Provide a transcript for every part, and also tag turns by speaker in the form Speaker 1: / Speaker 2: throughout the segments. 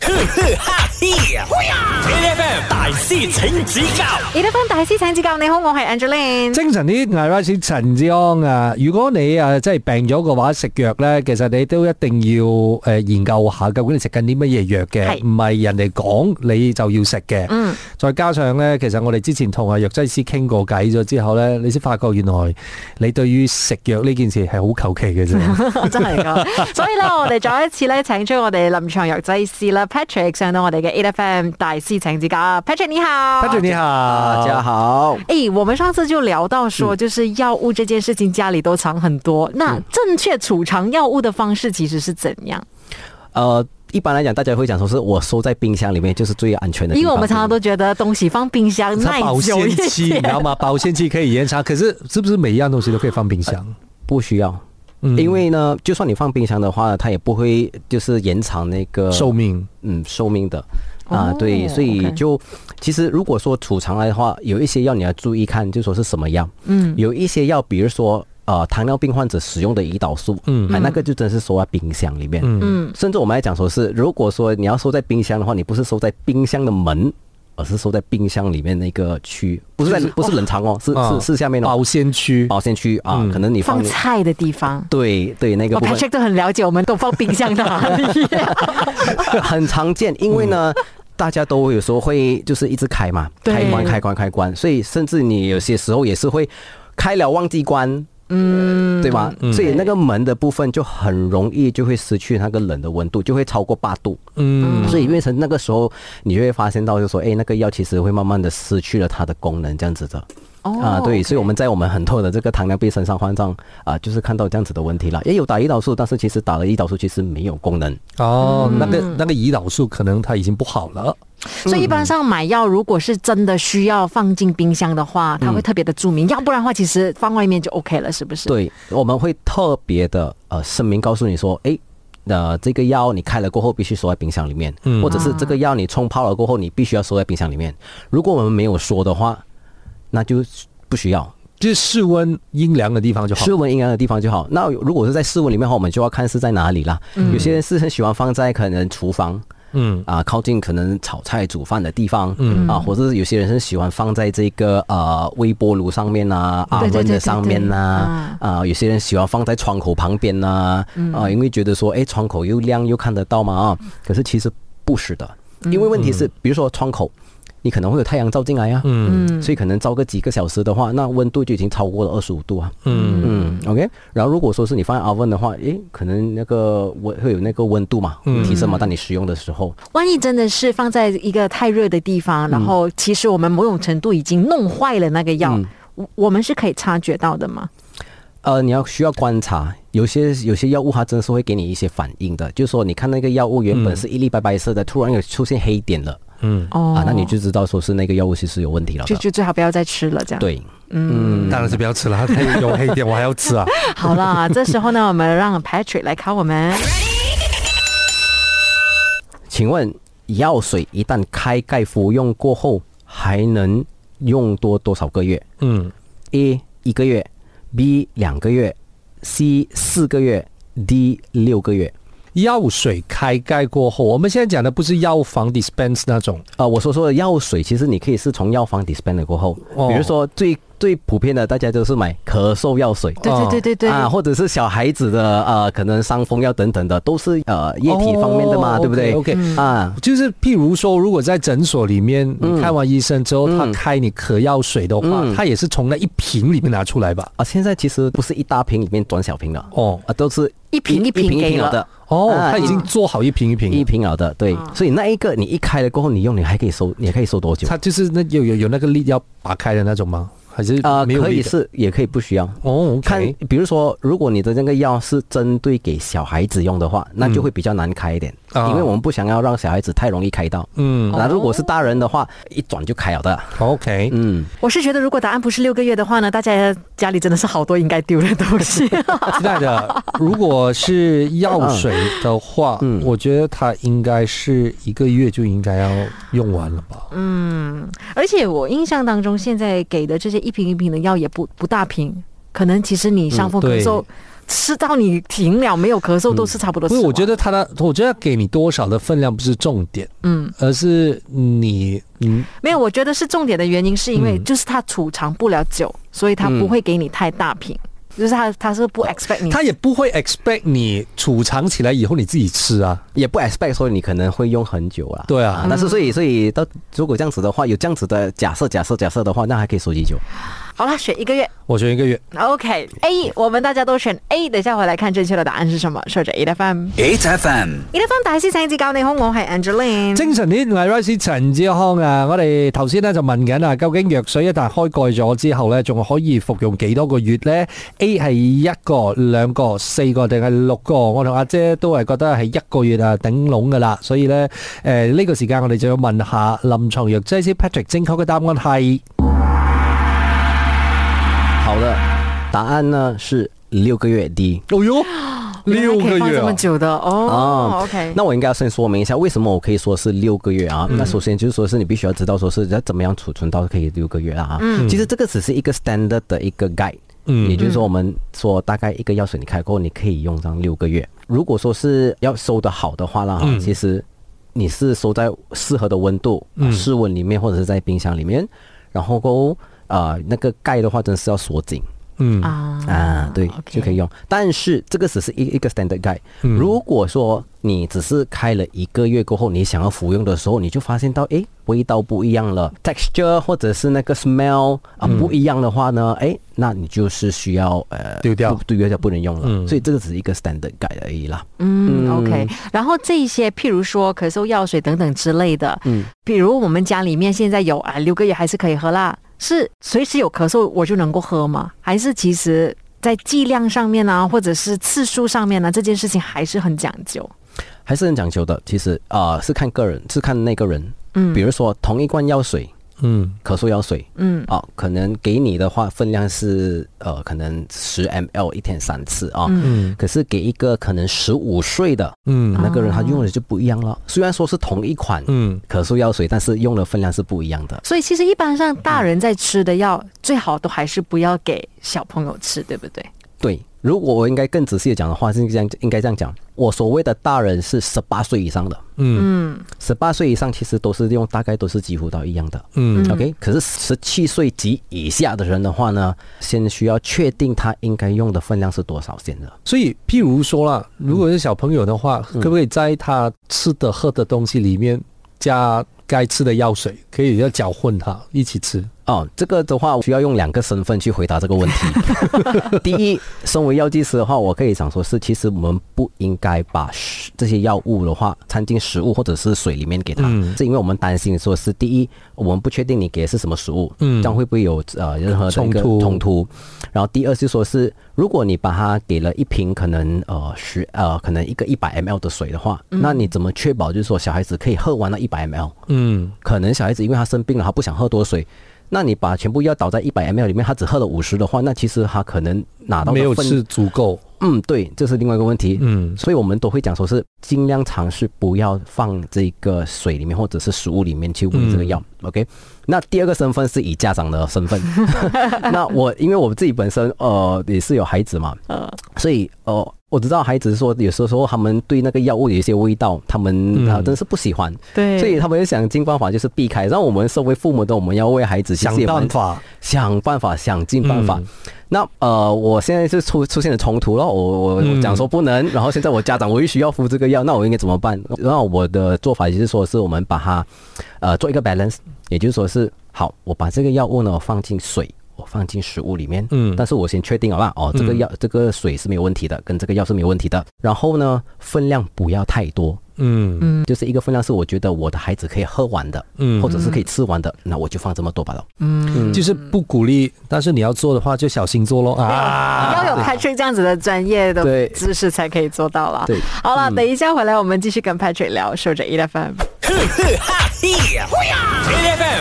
Speaker 1: 哈嘿，A.F.M. 大師請指教
Speaker 2: 李德芬大師請指教，你好，我係 Angeline。
Speaker 3: 精神啲，艾拉士陳志安啊！如果你啊真係病咗嘅話，食藥咧，其實你都一定要誒、呃研究下，究竟你食緊啲乜嘢藥嘅，
Speaker 2: 係
Speaker 3: 唔係人哋講你就要食嘅。
Speaker 2: 嗯，
Speaker 3: 再加上咧，其實我哋之前同阿藥劑師傾過偈咗之後咧，你先發覺原來你對於食藥呢件事係好求其嘅啫。
Speaker 2: 真係噶， 所以咧，我哋再一次咧，請出我哋臨床藥劑師啦，Patrick 上到我哋嘅 A F M 大師請指教，Patrick 你好
Speaker 3: Patrick 你好，
Speaker 4: 大家好，
Speaker 2: 哎、我们上次就聊到说，就是药物这件事情，家里都藏很多。那正确储藏药物的方式其实是怎样？
Speaker 4: 呃，一般来讲，大家会讲说是我收在冰箱里面就是最安全的地方，
Speaker 2: 因为我们常常都觉得东西放冰箱耐
Speaker 3: 它保
Speaker 2: 久 一
Speaker 3: 鲜期，你
Speaker 2: 点
Speaker 3: 知。道吗？保鲜期可以延长，可是是不是每一样东西都可以放冰箱？
Speaker 4: 不需要。
Speaker 3: 嗯
Speaker 4: 因为呢，就算你放冰箱的话，它也不会就是延长那个
Speaker 3: 寿命。
Speaker 4: 嗯寿命的啊、
Speaker 2: 哦
Speaker 4: 对，所以
Speaker 2: OK
Speaker 4: 就其实如果说储藏来的话，有一些药你要注意看，就说是什么药。
Speaker 2: 嗯，
Speaker 4: 有一些药，比如说呃糖尿病患者使用的胰岛素，
Speaker 3: 嗯
Speaker 4: 啊那个就真是收在冰箱里面。
Speaker 3: 嗯
Speaker 2: 嗯，
Speaker 4: 甚至我们来讲说是，如果说你要收在冰箱的话，你不是收在冰箱的门，而是收在冰箱里面那个区，不是在不是冷藏哦，是
Speaker 3: 啊
Speaker 4: 是是下面哦
Speaker 3: 保鲜区，
Speaker 4: 保鲜区啊
Speaker 3: 嗯，
Speaker 4: 可能你
Speaker 2: 放
Speaker 4: 放
Speaker 2: 菜的地方。
Speaker 4: 对对那个
Speaker 2: 我
Speaker 4: 部分
Speaker 2: 哦 Patrick 都很了解，我们都放冰箱哪里？
Speaker 4: 很常见，因为呢。大家都有时候会就是一直开嘛，
Speaker 2: 嗯对
Speaker 4: 开关开关开关，所以甚至你有些时候也是会开了忘记关，嗯，对吧？所以那个门的部分就很容易就会失去那个冷的温度，就会超过八度。
Speaker 3: 嗯
Speaker 4: 所以变成那个时候，你就会发现到，就说，哎、那个药其实会慢慢的失去了它的功能，这样子的。
Speaker 2: 哦
Speaker 4: 啊，对，所以我们在我们很多的这个糖尿病身上患上啊，就是看到这样子的问题了。也有打胰岛素，但是其实打了胰岛素其实没有功能。
Speaker 3: 哦，那个那个胰岛素可能它已经不好了。
Speaker 2: 所以一般
Speaker 4: 嗯
Speaker 2: 上买药，如果是真的需要放进冰箱的话，它会特别的注明，要不然的话，其实放外面就 OK 了，是不是？，
Speaker 4: 对，我们会特别的呃声明告诉你说，哎、呃，这个药你开了过后必须收在冰箱里面，
Speaker 3: 嗯
Speaker 4: 或者是这个药你冲泡了过后你必须要收在冰箱里面。如果我们没有说的话，那就不需要。
Speaker 3: 就是室温阴凉的地方就好。
Speaker 4: 室温阴凉的地方就好。那如果是在室温里面的话，我们就要看是在哪里啦。有些人是很喜欢放在可能厨房
Speaker 3: 嗯
Speaker 4: 啊、靠近可能炒菜煮饭的地方，
Speaker 3: 嗯
Speaker 4: 啊，或者是有些人是喜欢放在这个呃微波炉上面呐、啊，
Speaker 2: 对对
Speaker 4: 温
Speaker 2: 对
Speaker 4: 的上面呐、啊，有些人喜欢放在窗口旁边呐、啊，
Speaker 2: 嗯
Speaker 4: 因为觉得说，哎，窗口又亮又看得到嘛啊，可是其实不是的，
Speaker 2: 嗯
Speaker 4: 因为问题是，比如说窗口，你可能会有太阳照进来啊，
Speaker 3: 嗯
Speaker 2: 嗯
Speaker 4: 所以可能照个几个小时的话，那温度就已经超过了二十五度啊。
Speaker 3: 嗯
Speaker 4: 嗯，OK。然后如果说是你放在 oven 的话，诶，可能那个温会有那个温度嘛，
Speaker 3: 嗯
Speaker 4: 提升嘛。当你使用的时候，
Speaker 2: 万一真的是放在一个太热的地方，然后其实我们某种程度已经弄坏了那个药，
Speaker 4: 嗯
Speaker 2: 我我们是可以察觉到的吗？
Speaker 4: 呃，你要需要观察，有些有些药物它真的是会给你一些反应的，就是说你看那个药物原本是一粒白白色的，突然有出现黑点了
Speaker 3: 嗯，
Speaker 2: 哦
Speaker 4: 啊，那你就知道说是那个药物其实有问题了的。
Speaker 2: 就就最好不要再吃了，这样。
Speaker 4: 对，
Speaker 3: 嗯，当然是不要吃了，它 有黑点，我还要吃啊。
Speaker 2: 好啦，这时候呢，我们让 Patrick 来考我们。
Speaker 4: 哦请问药水一旦开盖服用过后，还能用多多少个月？
Speaker 3: 嗯
Speaker 4: A 一个月，B 两个月，C 四个月，D 六个月。
Speaker 3: 药水开盖过后，我们现在讲的不是药房 dispense 那种，
Speaker 4: 呃，我所说的药水，其实你可以是从药房 dispense 过后，
Speaker 3: 哦
Speaker 4: 比如说最最普遍的，大家都是买咳嗽药水。
Speaker 2: 对对对对对，
Speaker 4: 啊，或者是小孩子的呃，可能伤风药等等的，都是呃液体方面的嘛，
Speaker 3: 哦
Speaker 4: 对不对
Speaker 3: OK，OK 嗯
Speaker 4: 啊，
Speaker 3: 就是譬如说，如果在诊所里面你看完医生之
Speaker 4: 嗯
Speaker 3: 后，他开你咳药水的话，他也是从那一瓶里面拿出来吧？
Speaker 4: 啊，现在其实不是一大瓶里面装小瓶了，
Speaker 3: 哦
Speaker 4: 啊，都是
Speaker 2: 一瓶一
Speaker 4: 一
Speaker 2: 瓶
Speaker 4: 瓶
Speaker 2: 给
Speaker 4: 了
Speaker 2: 了
Speaker 4: 的，
Speaker 3: 哦，
Speaker 4: 啊
Speaker 3: 他已经做好一瓶一瓶
Speaker 4: 一
Speaker 3: 了，啊
Speaker 4: 瓶了的，对，所以那一个你一开了过后，你用你还可以收，你还可以收多久？
Speaker 3: 他就是那有有有那个力要拔开的那种吗？还是
Speaker 4: 啊，
Speaker 3: 没有
Speaker 4: 可
Speaker 3: 力
Speaker 4: 以
Speaker 3: 的
Speaker 4: 是，也可以不需要。
Speaker 3: 哦，
Speaker 4: 看
Speaker 3: 看，
Speaker 4: 比如说，如果你的那个药是针对给小孩子用的话，那就会比较难开一点，
Speaker 3: 嗯啊
Speaker 4: 因为我们不想要让小孩子太容易开到。
Speaker 3: 嗯哦
Speaker 4: 那如果是大人的话，一转就开了的。
Speaker 3: ，OK，
Speaker 4: 嗯，
Speaker 2: 我是觉得，如果答案不是六个月的话呢，大家家里真的是好多应该丢的东西。
Speaker 3: 期待的。如果是药水的话，
Speaker 4: 嗯
Speaker 3: 我觉得它应该是一个月就应该要用完了吧？
Speaker 2: 而且我印象当中，现在给的这些一瓶一瓶的药也不不大瓶，可能其实你伤风
Speaker 3: 嗯
Speaker 2: 咳
Speaker 3: 对
Speaker 2: 嗽吃到你停了没有咳嗽，都是差不多吃
Speaker 3: 因
Speaker 2: 完。
Speaker 3: 为嗯我觉得它的，我觉得给你多少的分量不是重点，嗯，而是你，嗯，
Speaker 2: 没有，我觉得是重点的原因，是因为就是它储藏不了久，所以它
Speaker 3: 嗯
Speaker 2: 不会给你太大瓶，就是它它是不 expect 你。
Speaker 3: 他也不会 expect 你储藏起来以后你自己吃啊，
Speaker 4: 也不 expect 说你可能会用很久啦。
Speaker 3: 对啊
Speaker 4: 但是所以所以到如果这样子的话，有这样子的假设假设假设的话，那还可以收集久。
Speaker 2: 好了，选一个月。
Speaker 3: 我选一个月。
Speaker 2: OK，A，我们大家都选 A。等一下回来看正确的答案是什么。收着 E F M，E
Speaker 1: ，8FM。
Speaker 2: F M 大師請指教，你好，我係 Angeline。
Speaker 3: 精神啲，我系 Rice 陳志康啊！我哋頭先咧就問緊啊，究竟藥水一旦開蓋咗之後咧，仲可以服用幾多個月呢 a 係一個、兩個、四個定係六個？我同阿姐都係覺得係一個月啊頂籠噶啦，所以呢，诶、呢、個時間我哋就要問下臨床藥劑師 Patrick 正確嘅答案係
Speaker 4: 好的，答案呢是六个月 D。
Speaker 3: 哦哟
Speaker 2: 原
Speaker 3: 六
Speaker 2: 來可
Speaker 3: 個
Speaker 2: 以放
Speaker 3: 月
Speaker 2: 這麼
Speaker 3: 啊！
Speaker 2: 久的哦。OK，
Speaker 4: 那我应该要先说明一下，为什么我可以说是六个月啊？那首先就是说是你必须要知道，说是要怎么样储存到可以六个月啊。嗯，其实这个只是一个 standard 的一个 guide，
Speaker 3: 嗯
Speaker 4: 也就是说我们说大概一个药水你开过，你可以用上六个月。如果说是要收的好的话啦，哈，其实你是收在适合的温度，室温里面或者是在冰箱里面，然后过后呃那个盖的话真是要锁紧。
Speaker 3: 嗯
Speaker 2: 啊
Speaker 4: 啊，对
Speaker 2: OK
Speaker 4: 就可以用。但是这个只是一一个 standard guide、如果说你只是开了一个月过后，你想要服用的时候，你就发现到诶味道不一样了，texture 或者是那个 smell 啊不一样的话呢，诶，那你就是需要呃
Speaker 3: 丢掉
Speaker 4: 不丢掉不能用了。所以这个只是一个 standard guide 而已啦。
Speaker 2: 嗯，OK。然后这一些，譬如说咳嗽药水等等之类的，嗯，比如我们家里面现在有啊，六个月还是可以喝啦。是随时有咳嗽我就能够喝吗？还是其实在剂量上面啊，或者是次数上面呢、啊这件事情还是很讲究。
Speaker 4: 还是很讲究的。其实啊、呃是看个人，是看那个人。嗯，比如说同一罐药水，
Speaker 3: 嗯，
Speaker 4: 咳嗽药水，
Speaker 2: 嗯，
Speaker 4: 啊，可能给你的话分量是呃，可能十 ml 一天三次啊，嗯，可是给一个可能十五岁的，
Speaker 3: 嗯，
Speaker 4: 那个人他用的就不一样了。虽然说是同一款，
Speaker 3: 嗯，
Speaker 4: 咳嗽药水，但是用的分量是不一样的。
Speaker 2: 所以其实一般上大人在吃的药，最好都还是不要给小朋友吃，对不对？
Speaker 4: 对，如果我应该更仔细的讲的话，是这样，应该这样讲。我所谓的大人是十八岁以上的，嗯，十八岁以上其实都是用大概都是几乎到一样的，嗯，OK。可是十七岁及以下的人的话呢，先需要确定他应该用的分量是多少先的。
Speaker 3: 所以，譬如说啦，
Speaker 4: 嗯
Speaker 3: 如果是小朋友的话，可不可以在他吃的喝的东西里面加该吃的药水，可以要搅混它一起吃？
Speaker 4: 哦，这个的话需要用两个身份去回答这个问 题。第一，身为药剂师的话，我可以想说是，其实我们不应该把食这些药物的话掺进食物或者是水里面给它，
Speaker 3: 嗯
Speaker 4: 是因为我们担心说是第一，我们不确定你给的是什么食物，
Speaker 3: 嗯
Speaker 4: 这样会不会有呃任何的一个
Speaker 3: 冲突
Speaker 4: 冲突？然后第二是说是，如果你把它给了一瓶可能呃十呃可能一个一百 ml 的水的话，那你怎么确保就是说小孩子可以喝完那一百 ml？
Speaker 3: 嗯，
Speaker 4: 可能小孩子因为他生病了，他不想喝多水，那你把全部药倒在一百 ml 里面，他只喝了五十的话，那其实他可能拿到的
Speaker 3: 没有
Speaker 4: 分
Speaker 3: 吃足够。
Speaker 4: 嗯，对，这是另外一个问题。
Speaker 3: 嗯
Speaker 4: 所以我们都会讲说是尽量尝试不要放这个水里面或者是食物里面去喂这个药。OK，那
Speaker 3: 嗯
Speaker 4: 第二个身份是以家长的 身份。那我因为我自己本身呃也是有孩子嘛，所以呃我知道孩子说有时候他们对那个药物有一些味道，他
Speaker 3: 嗯
Speaker 4: 们啊、真是不喜欢，
Speaker 2: 对
Speaker 4: 所以他们就想尽办法就是避开。让我们身为父母的，我们要为孩子其实
Speaker 3: 想
Speaker 4: 也蛮
Speaker 3: 办法，
Speaker 4: 想办法，想尽办法。那呃，我现在是出出现了冲突了，我我我讲说不能，然后现在我家长我必须要服这个药，那我应该怎么办？然后我的做法就是说是我们把它呃做一个 balance，也就是说是好，我把这个药物呢放进水。我放进食物里面，
Speaker 3: 嗯
Speaker 4: 但是我先确定好吧，哦，这个药、这个水是没有问题的，跟这个药是没有问题的。然后呢，分量不要太多，
Speaker 3: 嗯
Speaker 4: 就是一个分量是我觉得我的孩子可以喝完的，
Speaker 3: 嗯
Speaker 4: 或者是可以吃完的，那我就放这么多吧了。嗯
Speaker 3: 就是不鼓励，但是你要做的话就小心做咯啊。
Speaker 2: 要有 Patrick 这样子的专业的
Speaker 4: 对
Speaker 2: 知识才可以做到了。
Speaker 4: 对
Speaker 2: 好了，等一下回来我们继续跟 Patrick 聊，守着 E F M。
Speaker 1: 8FM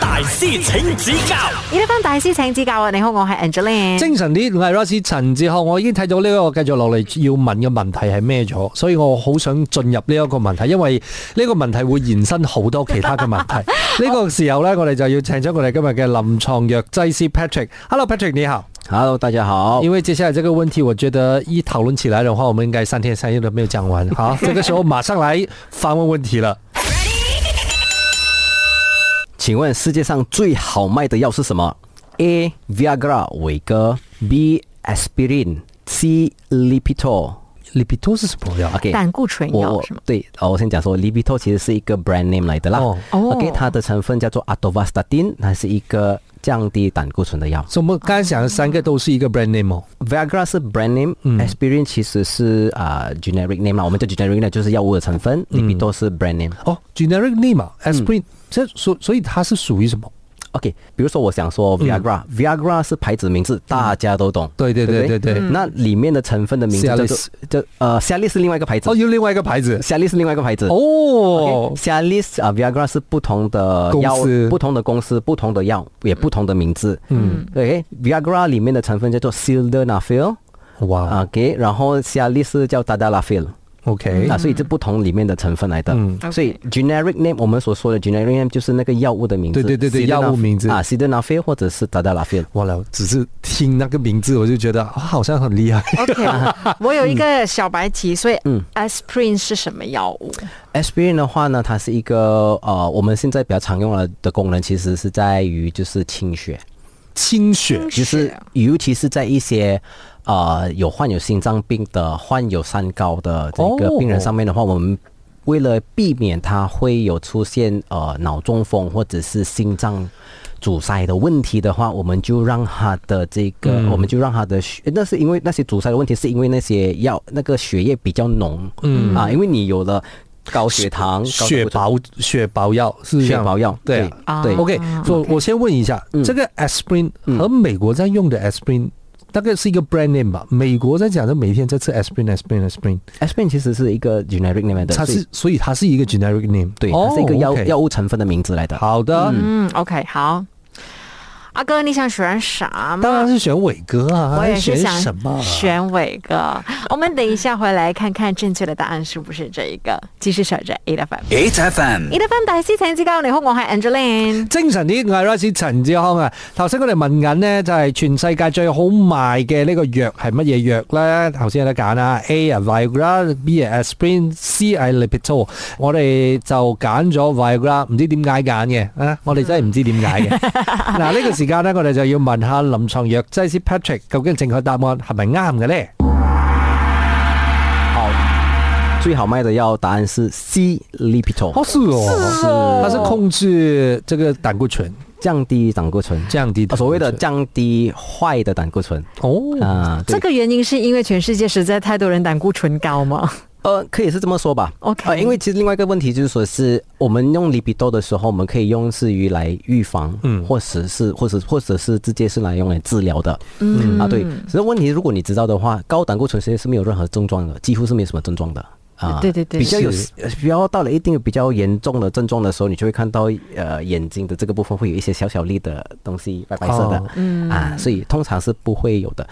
Speaker 1: 大師請指教
Speaker 2: E F M 大師請指教啊！你好，我係 Angeline。
Speaker 3: 精神啲，我係 Rosie 陳志康，我已經睇到呢個繼續落嚟要問嘅問題係咩咗，所以我好想進入呢一個問題，因為呢個問題會延伸好多其他嘅問題。呢個時候呢，我哋就要請咗我哋今日嘅臨床藥劑師 Patrick。Hello Patrick，你好。
Speaker 4: Hello，大家好。
Speaker 3: 因为接下来这个问题，我觉得一讨论起来的话，我们应该三天三夜都没有讲完。好，这个时候马上来翻问问题了。
Speaker 4: 请问世界上最好卖的药是什么？A. Viagra 伟哥，B. Aspirin，C. Lipitor。
Speaker 3: Lipitor 是什么药
Speaker 4: OK，
Speaker 2: 胆固醇
Speaker 4: 我
Speaker 2: 药
Speaker 4: 我
Speaker 2: 是吗？
Speaker 4: 对，哦，我先讲说，Lipitor 其实是一个 brand name 来的啦。
Speaker 3: 哦
Speaker 2: 哦
Speaker 4: OK，它的成分叫做 atorvastatin，它是一个降低胆固醇的药。
Speaker 3: 所以我们刚才讲的三个都是一个 brand name 哦。
Speaker 4: Viagra 是 brand
Speaker 3: 嗯
Speaker 4: name，Aspirin 其实是啊、generic name 啦，我们叫 generic name 就是药物的成分，Lipitor
Speaker 3: 嗯
Speaker 4: 是 brand name。
Speaker 3: 哦，generic name 啊，aspirin，这所所以它是属于什么？
Speaker 4: OK，比如说我想说 Viagra，Viagra、是牌子名字，大家都懂。
Speaker 3: 嗯对对对
Speaker 4: 不
Speaker 3: 对对嗯
Speaker 4: 那里面的成分的名字叫做
Speaker 3: Cialis
Speaker 4: 叫呃夏利是另外一个牌子
Speaker 3: 哦，，有另外一个牌子
Speaker 4: 夏利是另外一个牌子。
Speaker 3: 哦。
Speaker 4: 夏利啊，Viagra 是不同的
Speaker 3: 公
Speaker 4: 药
Speaker 3: 司，
Speaker 4: 不同的公司，不同的药，也不同的名字。
Speaker 3: 嗯
Speaker 4: ，OK，Viagra 里面的成分叫做 sildenafil，
Speaker 3: 哇
Speaker 4: ，OK，然后夏利是叫 tadalafil。
Speaker 3: ，OK，
Speaker 4: 啊，所以这不同里面的成分来的。
Speaker 3: 嗯
Speaker 4: 所以
Speaker 2: OK
Speaker 4: generic name 我们所说的 generic name 就是那个药物的名字，
Speaker 3: 对对对对
Speaker 4: Sildenaf-
Speaker 3: 药物名字
Speaker 4: 啊 c i d o n a f i l 或者是 tadalafil。
Speaker 3: 哇了，只是听那个名字我就觉得啊好像 很厉害。
Speaker 2: OK，我有一个小白题，所以
Speaker 4: 嗯
Speaker 2: aspirin 是什么药物？
Speaker 4: Aspirin 的话呢，它是一个呃，我们现在比较常用的的功能其实是在于就是清血，
Speaker 3: 清血
Speaker 4: 就是尤其是在一些。呃，有患有心脏病的、患有三高的这
Speaker 3: 哦
Speaker 4: 个病人上面的话，我们为了避免他会有出现呃脑中风或者是心脏阻塞的问题的话，我们就让他的这个，
Speaker 3: 嗯
Speaker 4: 我们就让他的血，那是因为那些阻塞的问题，是因为那些药那个血液比较浓，
Speaker 3: 嗯
Speaker 4: 啊，因为你有了高血糖、高
Speaker 3: 血
Speaker 4: 胆固醇
Speaker 3: 薄血薄药是这
Speaker 4: 血
Speaker 3: 样
Speaker 4: 保药，
Speaker 3: 对啊
Speaker 2: 啊
Speaker 4: 对
Speaker 3: OK，所、以我先问一下，
Speaker 4: 嗯
Speaker 3: 这个 aspirin
Speaker 4: 嗯
Speaker 3: 和美国在用的 aspirin，大概是一个 brand name 吧？美国在讲的每天在吃 aspirin，aspirin，aspirin，
Speaker 4: 哎，aspirin 其实是一个 generic name 来的，
Speaker 3: 它
Speaker 4: 所以
Speaker 3: 是所以它是一个 generic name，
Speaker 4: 对，它是一个药
Speaker 3: 哦，OK
Speaker 4: 药物成分的名字来的。
Speaker 3: 好的，
Speaker 2: 嗯，OK，好。阿哥，你想选啥
Speaker 3: 当然
Speaker 2: 嘛？
Speaker 3: 是选伟哥啊，
Speaker 4: 哎
Speaker 2: 我也是
Speaker 3: 选
Speaker 2: 想
Speaker 3: 什么啊？
Speaker 2: 选伟哥。我们等一下回来看看正确的答案是不是这一个。继续守着 A F M。
Speaker 1: 8FM
Speaker 2: A F M 大師請指教，你好，我係 Angeline。
Speaker 3: 精神啲，我係 Rice 陳志康啊。頭先我哋問緊呢，就係全世界最好賣嘅呢個藥係乜嘢藥呢？頭先有得揀啦，A 啊 Viagra，B 啊 Aspirin，C 係 Lipitor。我哋就揀咗 Viagra，唔知點解揀嘅啊？我哋真係唔知點解 嘅。嗱，呢個時間呢，我哋就要問下臨床藥劑師 Patrick 究竟正確答案係咪啱嘅呢？
Speaker 4: 好，最好卖的药答案是 C Lipitor，
Speaker 3: 哦，是哦，它是控制这个胆固醇
Speaker 4: 降低胆固醇，
Speaker 3: 降低
Speaker 4: 啊
Speaker 3: 胆固醇，
Speaker 4: 所谓的降低坏的胆固醇
Speaker 3: 哦，
Speaker 4: 啊，
Speaker 2: 这
Speaker 4: 对，
Speaker 2: 个原因是因為全世界實在太多人膽固醇高嘛。
Speaker 4: 呃，可以是这么说吧。
Speaker 2: OK
Speaker 4: 呃因为其实另外一个问题就是说是我们用 Lipitor 的时候，我们可以用是于来预防，
Speaker 3: 嗯
Speaker 4: 或者是或者或者是直接是来用来治疗的。
Speaker 2: 嗯
Speaker 4: 啊，对。只是问题，如果你知道的话，高胆固醇其实是没有任何症状的，几乎是没有什么症状的。啊，
Speaker 2: 对对对
Speaker 4: 比较有
Speaker 3: 是
Speaker 4: 呃比较到了一定比较严重的症状的时候，你就会看到呃眼睛的这个部分会有一些小小粒的东西，白白色的，
Speaker 3: 哦
Speaker 4: 嗯啊，所以通常是不会有的。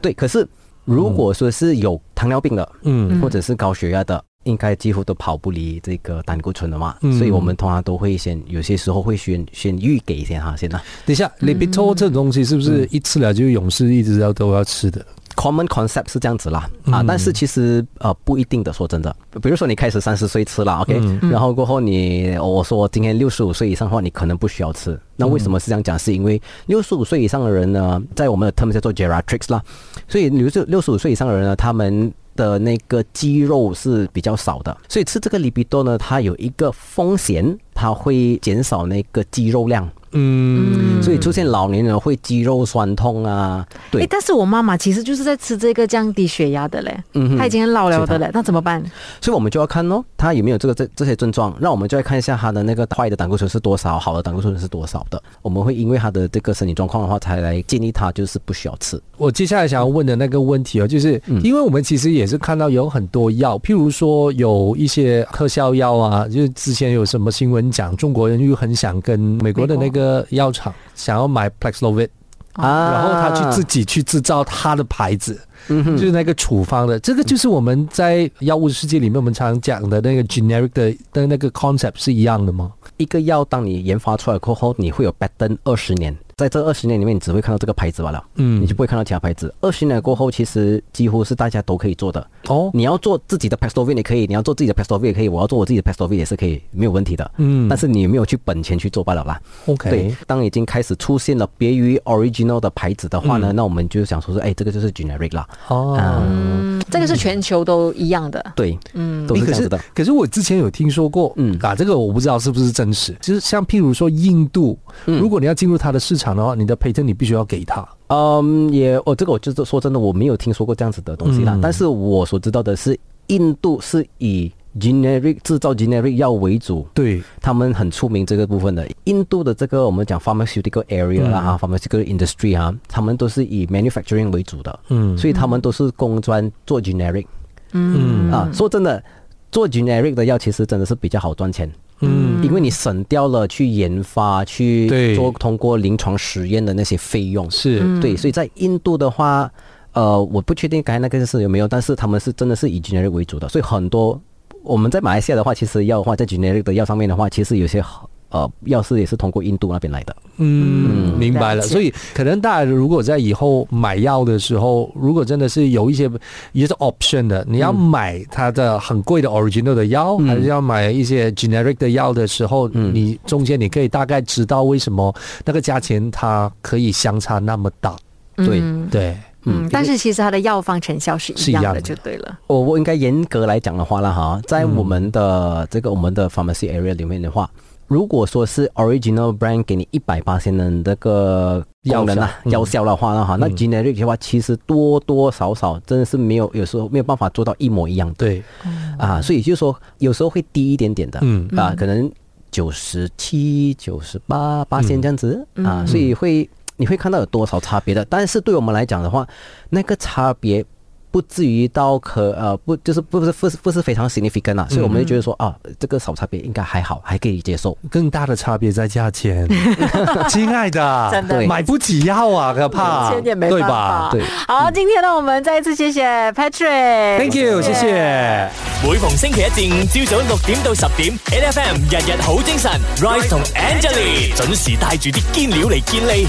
Speaker 4: 对，可是如果说是有糖尿病的，
Speaker 3: 嗯
Speaker 4: 或者是高血压的，应该几乎都跑不离这个胆固醇的嘛，
Speaker 3: 嗯
Speaker 4: 所以我们通常都会先有些时候会先先预给先哈，先啊。
Speaker 3: 等一下，Lipitor 这种东西是不是一吃了就永世一直要都要吃的？
Speaker 4: common concept 是这样子啦，啊，但是其实呃不一定的，说真的，比如说你开始三十岁吃了，OK，、然后过后你我说我今天六十五岁以上的话，你可能不需要吃。那为什么是这样讲？是因为六十五岁以上的人呢，在我们的 term 叫做 geriatrics 啦，所以六十六十五岁以上的人呢，他们的那个肌肉是比较少的，所以吃这个 libido 呢，它有一个风险，它会减少那个肌肉量，
Speaker 3: 嗯，
Speaker 4: 所以出现老年人会肌肉酸痛啊，对
Speaker 2: 诶，但是我妈妈其实就是在吃这个降低血压的嘞，
Speaker 4: 嗯哼
Speaker 2: 她已经很老了的嘞，那怎么办？
Speaker 4: 所以我们就要看咯，他有没有这个这这些症状，那我们就来看一下他的那个坏的胆固醇是多少，好的胆固醇是多少的。我们会因为他的这个身体状况的话，才来建议他就是不需要吃。
Speaker 3: 我接下来想要问的那个问题哦，就是因为我们其实也是看到有很多药，譬如说有一些特效药啊，就是之前有什么新闻讲中国人又很想跟美国的那个药厂想要买 Paxlovid，
Speaker 4: 啊嗯
Speaker 3: 然后他去自己去制造他的牌子，就是那个处方的，这个就是我们在药物世界里面我们常讲的那个 generic 的的那个 concept 是一样的吗？
Speaker 4: 一个药当你研发出来过后，你会有 pattern 二十年，在这二十年里面，你只会看到这个牌子罢了，
Speaker 3: 嗯
Speaker 4: 你就不会看到其他牌子。二十年过后，其实几乎是大家都可以做的。
Speaker 3: 哦，
Speaker 4: 你要做自己的 Paxlovid 也可以，你要做自己的 Paxlovid 也可以，我要做我自己的 Paxlovid 也是可以，没有问题的。
Speaker 3: 嗯
Speaker 4: 但是你没有去本钱去做罢了啦。
Speaker 3: OK
Speaker 4: 对，当已经开始出现了别于 original 的牌子的话呢，那我们就想说是，哎，这个就是 generic 啦。
Speaker 3: 嗯
Speaker 4: 啊
Speaker 3: 哦。
Speaker 2: 嗯，这个是全球都一样的。
Speaker 4: 对，嗯，都
Speaker 3: 诶
Speaker 4: 是这样子的
Speaker 3: 可。是可是我之前有听说过，嗯
Speaker 4: 嗯，
Speaker 3: 啊，这个我不知道是不是真实。就是像譬如说印度，如果你要进入它的市场的话，你的 patent 你必须要给它。
Speaker 4: 嗯，也，哦，这个我就是说真的，我没有听说过这样子的东西
Speaker 3: 嗯
Speaker 4: 啦。但是我所知道的是，印度是以 generic 制造 generic 药为主，
Speaker 3: 对，
Speaker 4: 他们很出名这个部分的。印度的这个我们讲 pharmaceutical area
Speaker 3: 嗯
Speaker 4: 啦、哈 p h a r m a c e u t i c a l industry 啊，他们都是以 manufacturing 为主的，
Speaker 3: 嗯
Speaker 4: 所以他们都是工专做 generic
Speaker 3: 嗯
Speaker 4: 啊。说真的，做 generic 的药其实真的是比较好赚钱。
Speaker 3: 嗯，
Speaker 4: 因为你省掉了去研发、
Speaker 3: 对
Speaker 4: 去做通过临床实验的那些费用，
Speaker 3: 是
Speaker 4: 对，所以在印度的话，呃，我不确定刚才那个是有没有，但是他们是真的是以 generic 为主的，所以很多我们在马来西亚的话，其实药的话在 generic 的药上面的话，其实有些呃药是也是通过印度那边来的，
Speaker 3: 嗯，明白了。
Speaker 2: 了解
Speaker 3: 所以可能大家如果在以后买药的时候，如果真的是有一些也是 option 的，你要买它的很贵的 original 的药，
Speaker 4: 嗯
Speaker 3: 还是要买一些 generic 的药的时候，你中间你可以大概知道为什么那个价钱它可以相差那么大。
Speaker 4: 对。
Speaker 2: 嗯
Speaker 3: 对，
Speaker 2: 嗯，但是其实它的药方成效是一样的，
Speaker 3: 是一样的
Speaker 2: 就对了。
Speaker 4: 我我应该严格来讲的话啦哈，在我们的这个我们的 pharmacy area 里面的话，如果说是 original brand 给你一百八千的那个功能啊
Speaker 3: 药效嗯
Speaker 4: 药效的话呢哈，那 generic 的话其实多多少少真的是没有有时候没有办法做到一模一样的
Speaker 3: 对，
Speaker 4: 啊，所以就是说有时候会低一点点的，
Speaker 3: 嗯
Speaker 4: 啊，可能九十七、九十八八千这样子、啊，所以会你会看到有多少差别的。但是对我们来讲的话，那个差别不至于到可呃不就是不是不是不是非常 significant 啊，所以我们就觉得说啊，这个少差别应该还好，还可以接受。
Speaker 3: 更大的差别在价钱，亲爱的，
Speaker 2: 真
Speaker 4: 的
Speaker 3: 买不起药啊，可怕，
Speaker 2: 钱也没
Speaker 3: 对
Speaker 2: 办法
Speaker 3: 吧？
Speaker 4: 对
Speaker 2: 好，今天呢，我们再一次谢谢 Patrick。
Speaker 3: ，Thank you，谢谢。
Speaker 1: 每逢星期一至五朝早六点到十点，N F M 日日好精神，Rise 同 Angelie 准时带住啲坚料嚟健利。